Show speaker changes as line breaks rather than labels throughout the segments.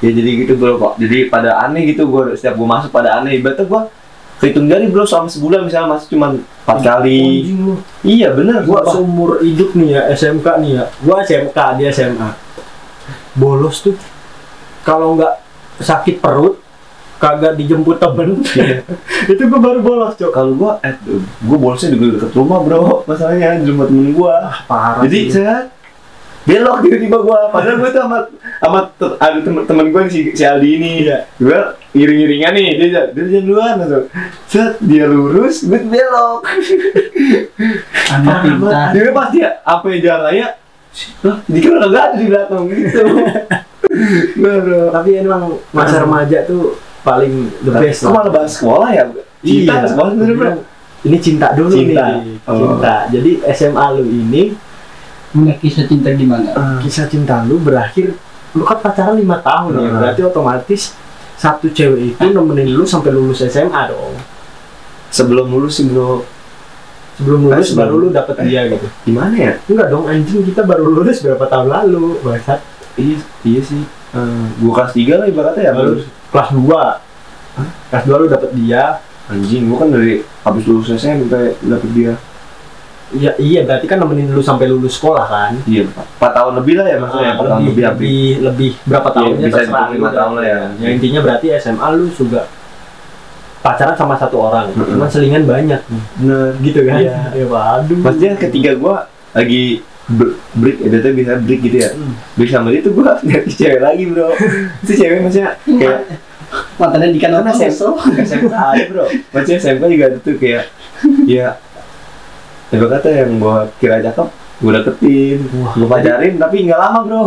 ya jadi gitu bro kok jadi pada aneh gitu gue setiap gue masuk pada aneh ibaratnya gue kehitung jari bro selama sebulan misalnya masuk cuma empat
Oh,
kali
Anjing lu.
iya bener gue
Gua seumur hidup nih ya SMK nih ya. Gua SMK dia SMA. Bolos tuh. Kalau nggak sakit perut, kagak dijemput temen,
Iya.
itu gua baru bolos cok.
kalau gue eh gue bolosnya juga deket rumah bro masalahnya di rumah temen gue
Parah.
jadi
sih.
saya belok tiba-tiba gue padahal gue tuh amat amat ada temen temen gue si, si Aldi ini
Iya.
gue iring-iringan nih dia jalan- dia jalan duluan langsung set dia lurus gue belok Iya,
anak pintar
dia pasti ya, apa yang jalan raya lah dikira nggak ada di belakang gitu Bro.
tapi emang masa remaja tuh paling the best.
Kok
lah.
malah bahas sekolah ya? Cinta
Iya.
sekolah sebenarnya bro.
Ini cinta dulu
Cinta.
nih.
Oh.
Cinta. Jadi SMA lu ini
punya kisah cinta gimana
kisah cinta lu berakhir lu kan pacaran lima tahun ya
Hmm.
berarti otomatis satu cewek
Eh.
itu nemenin lu sampai lulus SMA dong
Sebelum lulus sih bro,
sebelum lulus
Eh, sebelum-
baru lu dapet dia gitu
gimana ya?
enggak dong anjing kita baru lulus berapa tahun lalu bangsat
Iya, iya sih. Eh, gua kelas tiga lah ibaratnya ya
Baru
lulus.
kelas 2 kelas 2 lu dapet dia
Anjing, gua kan dari habis lulus SMP sampai dapet dia.
iya iya berarti kan nemenin lu sampai lulus sekolah kan
Iya, empat tahun lebih lah ya maksudnya.
Ah,
Empat tahun lebih hampir.
lebih, lebih berapa
Iya,
tahunnya
bisa
terserah
dihitung
lu
lima
dah.
tahun lah ya.
ya intinya berarti SMA lu juga pacaran sama satu orang
Mm-mm.
cuman selingan banyak nih.
Bener.
gitu kan
Iya.
ya waduh
Maksudnya ketika gua lagi ber- break, ya biasanya bisa break gitu ya.
Hmm.
Break sama dia tuh gua nyari cewek lagi bro. Itu cewek maksudnya kayak
matanya di kanan
Karena
terus
SMK, SMK ada bro Maksudnya SMK juga ada tuh kayak Ya Coba kata yang gua kira cakep Gue deketin
Wah.
Gue pacarin tapi nggak lama bro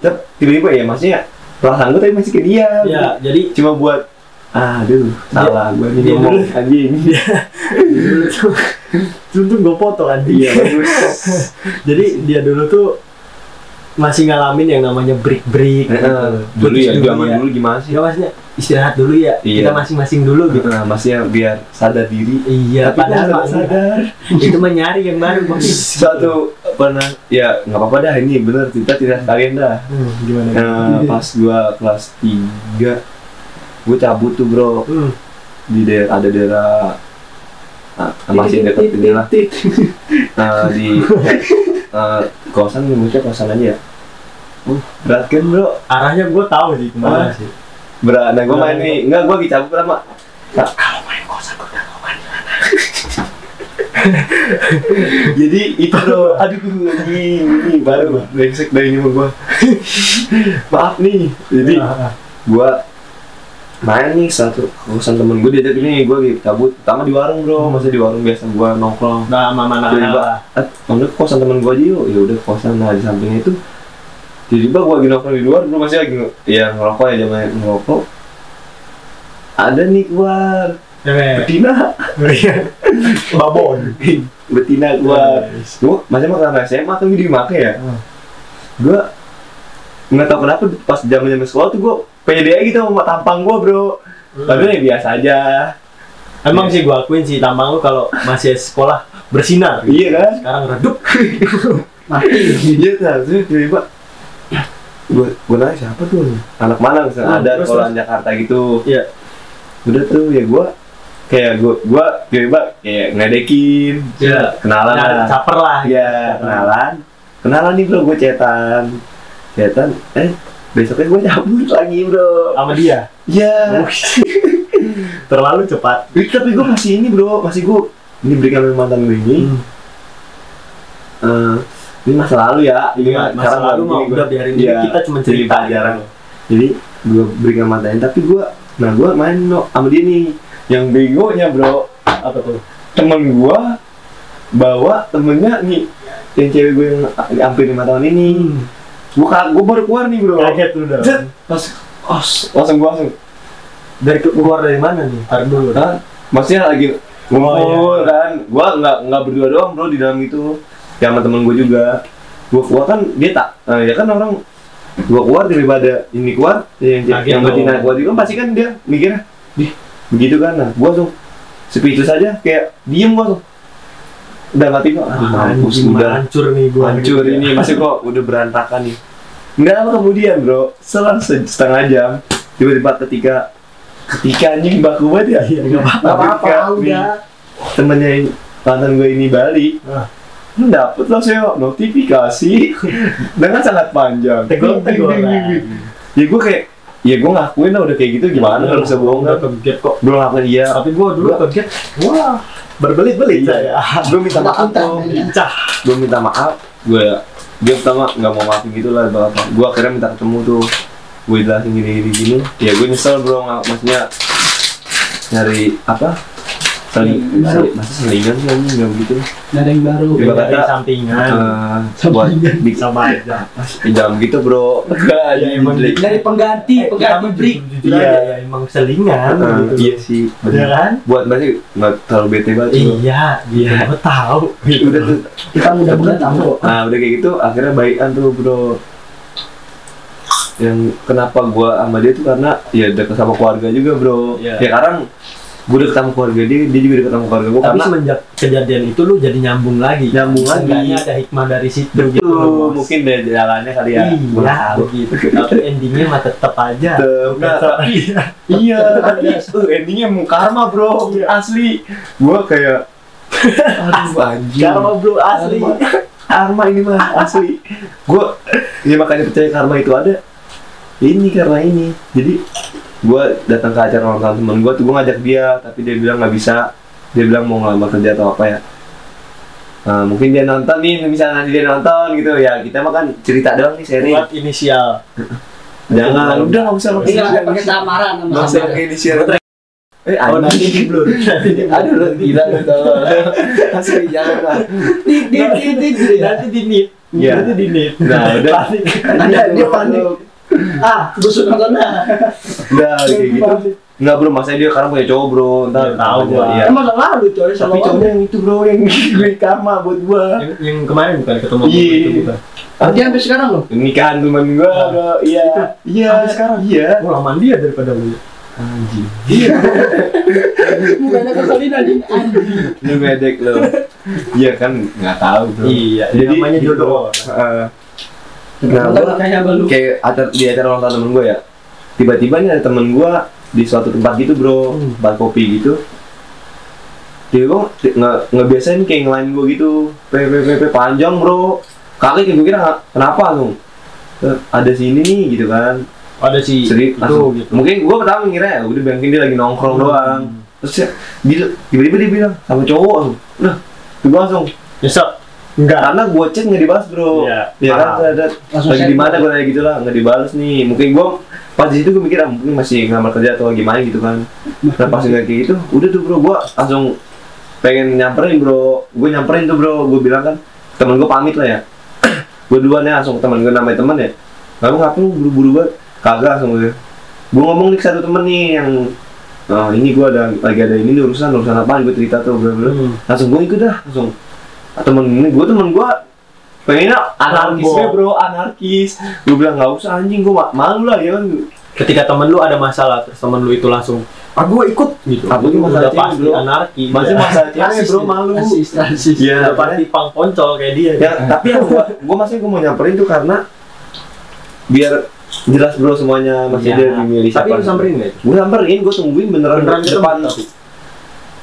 Tep- Tiba-tiba ya maksudnya Perasaan gue tapi masih ke dia
Ya, jadi
Cuma buat Ah aduh salah gue ini
dia
ngomong
dulu. Ya.
anjing
dulu tuh, dulu tuh gue foto kan.
Iya bagus
Jadi dia dulu tuh masih ngalamin yang namanya break-break. gitu.
Eh, eh, Dulu ya zaman dulu gimana sih
Ya maksudnya istirahat dulu ya.
Iya.
Kita masing-masing dulu gitu.
Nah maksudnya biar sadar diri
Iya,
Tapi gua
padahal
nggak
Pak,
sadar
itu mah nyari yang baru Bang.
Suatu pernah Ya nggak apa-apa dah ini bener cerita tidak sekalian dah
Hmm, gimana?
Nah, pas gua kelas 3 gua cabut tuh bro
Hmm.
di daerah ada daerah ah,
Iya,
masih dekat ini lah Nah, di eh, kawasan nyebutnya kawasan aja ya uh berat kan bro
Arahnya gue tahu sih
Ah.
kemana sih.
berat nah gua main nih enggak gua lagi cabut lama
Kalau main kosan gue udah kawan.
jadi itu bro aduh ini ini baru brengsek dari nyumur gua maaf nih jadi
Nah. Ah,
gua main nih satu kawasan temen gua diajak ini gua lagi cabut pertama di warung bro masa di warung biasa gua nongkrong
Nah, mama anak
Jadi, Pak.
lah.
Eh, Maksudnya kosan temen gue aja yuk ya udah kosan nah di sampingnya itu tiba-tiba gue lagi nongkrong di luar gue masih lagi nge- ya ngerokok ya zaman ngerokok ada nih keluar
Cewek.
betina
Babon.
betina keluar gue masih makan karena SMA kan gue dimakai ya
Eh. Hmm.
gue nggak tahu kenapa pas zaman zaman sekolah tuh gue pede aja gitu sama tampang gue bro
Hmm.
padahal ya biasa aja
Emang sih gua akuin sih tampang lu kalau masih sekolah bersinar.
iya kan
Sekarang redup.
mati
Iya kan, terus tiba-tiba gue gue nanya siapa tuh anak mana misalnya
Hmm,
ada
terus,
sekolah Jakarta gitu
Iya.
udah tuh ya gue kayak gue gue tiba-tiba kayak ngedekin
Iya.
kenalan
Nah,
lah
caper lah.
ya kenalan kenalan nih bro gue cetan cetan eh besoknya gue cabut lagi bro
Sama dia.
ya
Terlalu cepat.
tapi gue masih ini bro masih gue ini berikan sama mantan gue
Hmm.
ini eh, ini masa lalu ya ini
Iya,
mah- sekarang
masa lalu
gini
mah
gua-
udah biarin
Iya.
kita cuma
Jadi
cerita
pelajaran. jadi gue berikan matanya tapi gue nah gue main no, sama dia nih yang begonya bro
Apa tuh?
temen gue bawa temennya nih yang cewek gue yang hampir lima tahun ini
Hmm.
gue gue baru keluar nih bro
Kaget lu dong.
Hmm. Cet. pas os langsung gue langsung
Dari ke- keluar dari mana nih? Tar dulu.
Hah? kan? maksudnya lagi ngumpul
Oh, iya.
kan gue nggak nggak berdua doang bro di dalam itu ya sama temen gue juga gue keluar kan dia tak eh, ya kan orang gue keluar daripada ini keluar yang
Kaget
yang
dong.
betina keluar juga pasti kan dia mikirnya dih begitu kan nah gue tuh speechless aja kayak diem gue tuh udah mati kok ah, mampus
Anjing,
udah
hancur nih gua. Iya.
hancur ini masih kok udah berantakan nih nggak lama kemudian bro selang se- setengah jam tiba-tiba ketika ketika anjing baku banget ya
Iya, nggak apa-apa.
Gak
Ketika
apa-apa
nih,
udah.
temennya ini- mantan gue ini balik
Ah.
lu dapet lah Seo, notifikasi dengan sangat panjang
Tegur teguran.
ya gue kayak ya gue ngakuin lah udah kayak gitu gimana kalau bisa bohong
Nggak
kan
kaget kok.
gue ngakuin iya
Tapi gua dulu
Gua- Iya.
kaget. Wah, berbelit-belit saya.
gue minta maaf
Takut,
tuh
takut.
Lincah.
gue minta maaf gue dia pertama nggak mau maafin gitu lah bapak gue akhirnya minta ketemu tuh gue jelasin gini gini gini ya gue nyesel bro nggak maksudnya nyari apa saling
Baru.
sali- masa selingan sih anjing nggak begitu
Kan?
Nggak ada yang baru.
Iya.
Dari
kata-
sampingan.
Eh,
Sama
buat
aja.
bikin
Sama aja.
jam gitu bro Iya, Gak,
Ya, emang
jelek.
Dari pengganti,
Eh,
pengganti
pertama
break.
jujur
Iya.
aja ya, emang selingan
Eh,
gitu.
iya sih
Iya kan?
buat masih nggak terlalu bete banget bro.
Iya, gitu.
Iya.
Gua tahu.
udah tuh
Kita udah bulan tahu kok.
Nah udah kayak gitu akhirnya baikan tuh bro yang kenapa gua sama dia tuh karena ya dekat sama keluarga juga bro
Iya.
ya sekarang gua deket sama keluarga dia dia juga deket sama keluarga gua
Tapi
karena
semenjak kejadian itu lu jadi nyambung lagi.
Nyambung lagi. Iya,
Seenggaknya ada hikmah dari situ gitu.
Tuh,
loh, Mas.
mungkin dari jalannya kali ya
Iya,
Gua-
begitu. Tapi endingnya mah tetap aja.
Tuh, nggak, tapi- iya tapi tuh endingnya mau karma bro asli gua kayak aduh anjing
Karma bro asli.
Karma.
karma ini mah asli gua ya makanya percaya karma itu ada Ya ini karena ini jadi gua datang ke acara ulang tahun temen gua tuh gua ngajak dia tapi dia bilang nggak bisa dia bilang mau ngelamar kerja atau apa ya Nah, mungkin dia nonton nih misalnya nanti dia nonton gitu ya kita mah kan cerita doang nih seri
Buat inisial.
jangan udah nggak usah
Ini lah
nggak
pakai
usah
samaran sama
nggak usah
samaran.
pakai inisial eh
Oh nanti di
anjing
blur. Nanti di blur.
aduh lu gila lu tolong asli jangan lah
Di di di di. di.
Nanti di nip.
Iya.
Nanti di nip.
Nah, udah.
Panik.
Ada dia panik. Ah, busuk nonton lah.
udah kayak gitu Enggak bro, maksudnya dia sekarang punya cowok bro Ntar
Ya, tahu
aja.
gua.
Iya.
Kan masa lalu coy sama
Tapi cowoknya yang itu bro, yang gue karma buat gua
Yang, yang kemarin bukan ketemu
Iya.
waktu itu bukan.
orang. Dia sampai sekarang loh.
Nikahan temen gua
Nah.
bro, iya Iya
Sampai sekarang?
Iya
Oh lamaan dia daripada lu.
Anjing
Mukanya keselin aja. Anjing.
Lu ngedek lo Iya kan, nggak tahu bro
Iya. Jadi
Jadi-
namanya jodoh.
Heeh. Nah,
Nonton
gua
kayak balu.
kayak acara, di acara ulang tahun temen gua ya Tiba-tiba nih ada temen gua di suatu tempat gitu bro
Hmm.
Tempat kopi gitu Dia gua nge- nge- ngebiasain kayak ngelain gua gitu PPPP panjang bro Kaget gue kira kenapa lu Eh, Ada sini nih gitu kan
Ada si
Jadi
itu
langsung-
gitu. Hmm.
mungkin gue pertama ngira ya udah bilang dia lagi nongkrong doang terus ya, dia- tiba-tiba dia bilang sama cowok langsung nah gue langsung
Nyesek. Enggak.
karena gue chat nggak dibahas bro
Iya,
ya kan
paham.
ada
Langsung
lagi
send.
di mana gue nanya gitu lah nggak dibales nih mungkin gue pas di situ gue mikir ah, mungkin masih ngelamar kerja atau gimana gitu kan nah pas nggak kayak gitu udah tuh bro gue langsung pengen nyamperin bro gue nyamperin tuh bro gue bilang kan temen gue pamit lah ya gue duluan ya langsung ke temen gue namanya temen ya lalu ngapain lu buru-buru banget kagak langsung gue gue ngomong nih ke satu temen nih yang oh, ini gue ada lagi ada ini nih, urusan urusan apaan gue cerita tuh bro bro
Hmm.
langsung gue ikut dah langsung Ah, temen ini gue temen gue pengennya anarkis
Sombong.
ya bro anarkis gue bilang nggak usah anjing gue ma- malu lah ya kan
Ketika temen lu ada masalah, terus temen lu itu langsung, ah gue ikut gitu.
Aku tuh masalah
udah
cewek,
pasti
bro.
anarki.
masih
Iya.
masalah cewek
Rasis
bro
dia.
malu
Rasis,
Iya,
rasis.
udah
makanya-
pasti pang poncol kayak dia.
ya tapi yang gua gua masih gua mau nyamperin tuh karena biar jelas bro semuanya masih
Iya.
dia milih
Tapi
siapa.
lu samperin nggak? itu?
gua samperin gua tungguin beneran,
Beneran gitu?
di
ketemu
depan
tapi.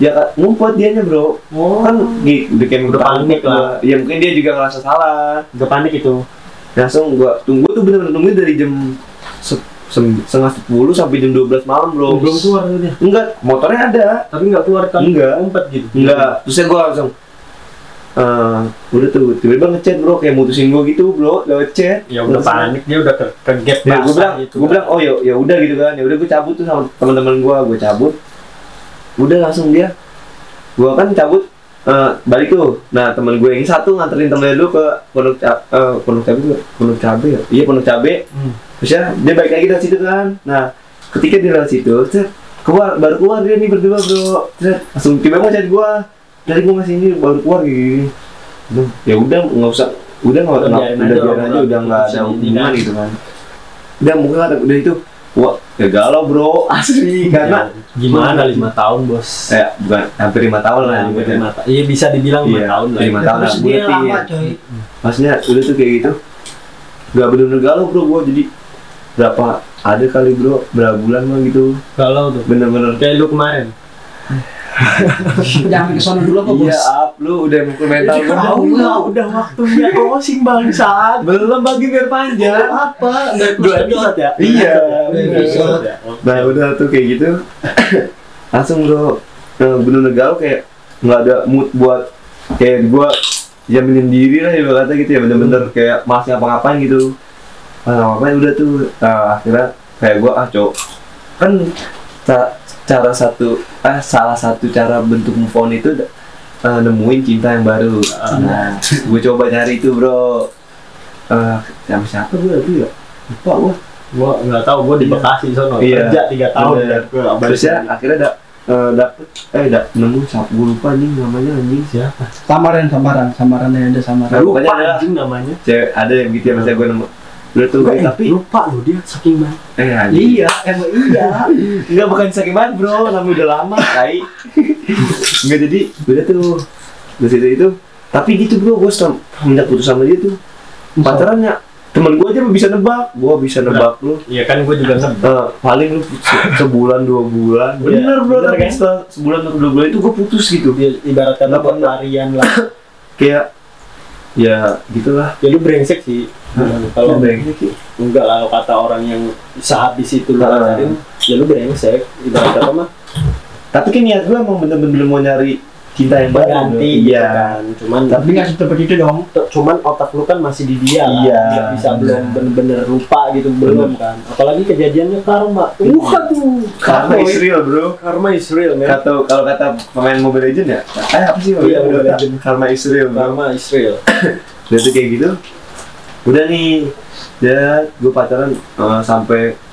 ya kan ngumpet dianya bro
Oh,
kan di bikin
Udah panik lah.
ya mungkin dia juga ngerasa salah
udah panik itu.
langsung gua tunggu tuh bener-bener tungguin dari jam se- sem- setengah sepuluh sampai jam 12 malam bro
Belum keluar tuh dia.
enggak motornya ada
Tapi nggak keluar kan?
Enggak.
Ngumpet gitu.
Enggak, terusnya gue langsung eh udah tuh tiba-tiba ngechat bro kayak mutusin gue gitu bro lewat chat
Ya udah
Terus-
panik dia udah ke ke gap
ya, gue
basah
bilang
gitu.
gue bilang oh ya ya udah gitu kan ya udah gue cabut tuh sama teman-teman gue gue cabut udah langsung dia gue kan cabut eh, balik tuh nah teman gue yang satu nganterin temennya dulu ke pondok Ca- eh, pondok cabe juga. pondok cabe ya iya pondok cabe
Hmm.
terusnya dia balik lagi dari situ kan nah ketika dia lewat situ set, keluar baru keluar dia nih berdua bro set, langsung tiba-tiba ngechat gue dari gue masih ini baru keluar kayak gini Duh, ya udah nggak usah udah nggak
Udah
udah
biarin
udah
aja,
biarin
bro.
aja udah nggak ada
Putusin ini
hubungan
kan.
gitu kan udah mungkin kata udah itu wah ya galau bro asli karena
Ya, gimana lima tahun bos?
eh bukan hampir lima tahun lah
Nah,
gitu.
lima ta- Iya bisa dibilang lima
Iya,
tahun lah.
lima tahun lah
Terus dia
buletin
lama
ya.
coy.
maksudnya udah tuh kayak gitu nggak bener-bener galau bro gue jadi berapa ada kali bro berapa bulan mah gitu
Galau tuh.
bener-bener
Kayak lu kemarin.
Jangan ke sana dulu apa
iya
bos?
up lu udah mukul mental
Iya,
gue
Tahu lah,
udah waktunya closing bangsat.
belum bagi biar panjang
Apa? Udah
Dua
episode ya?
Iya.
Dua episode ya.
nah udah tuh kayak gitu langsung bro nah, bener-bener galau kayak nggak ada mood buat kayak gue jaminin diri lah ya kata gitu ya bener-bener kayak masih apa-ngapain gitu pas ngapain udah tuh nah, akhirnya kayak gue ah cowok kan ca- cara satu ah salah satu cara bentuk move on itu eh, nemuin cinta yang baru nah gue coba cari itu bro Eh, sama siapa gue itu ya lupa gue
Gua nggak tahu. Gua di
Iya.
Bekasi sono.
Iya.
Kerja tiga tahun.
Bener.
Gua nggak balik
Terus ya
lagi.
akhirnya da, eh, dapet eh da, nemu siapa gue lupa nih namanya anjing
Iya.
siapa
Samaran, samaran, samaran yang ada samaran.
Baru
lupa
pokoknya ada-
anjing namanya.
cewek ada yang gitu ya misalnya gue nemu udah tuh
Gua,
eh,
eh,
tapi
lupa lo dia saking banyak.
eh anjing
Iya, emang iya.
enggak bukan sakit banget bro tapi udah lama tai enggak jadi udah tuh terus itu itu tapi gitu bro gue setelah minta putus sama dia tuh pacarannya temen gue aja bisa nebak gue bisa nebak lu
Iya kan gue juga sebel.
Eh, paling lu se- sebulan dua bulan
Iya,
bener bro
bener,
tapi
kan?
setelah sebulan atau dua bulan itu gue putus gitu
Ibaratkan
Nggak
buat
pernah.
larian lah.
kayak ya gitulah gitu,
Ya lu brengsek sih. Kalau
Bayangin, Ki.
enggak lah kalau kata orang yang sehabis itu lu
Ah.
pacarin, ya lu brengsek. Ibarat kata mah
tapi kan niat gue emang bener-bener mau nyari cinta yang baru
berganti
bro.
gitu
iya
kan. Cuman
Tapi nggak seperti itu dong.
T- cuman otak lu kan masih di dia kan
Iya.
Nggak bisa belum bener-bener lupa gitu belum kan apalagi kejadiannya karma
Iya.
tuh
karena is real bro
karma is real man
kata kalau kata pemain Mobile Legend ya eh apa sih
Iya, Mobile
Dota?
Legend.
karma is real bro
karma is real
Dia tuh kayak gitu udah nih ya gue pacaran eh, sampai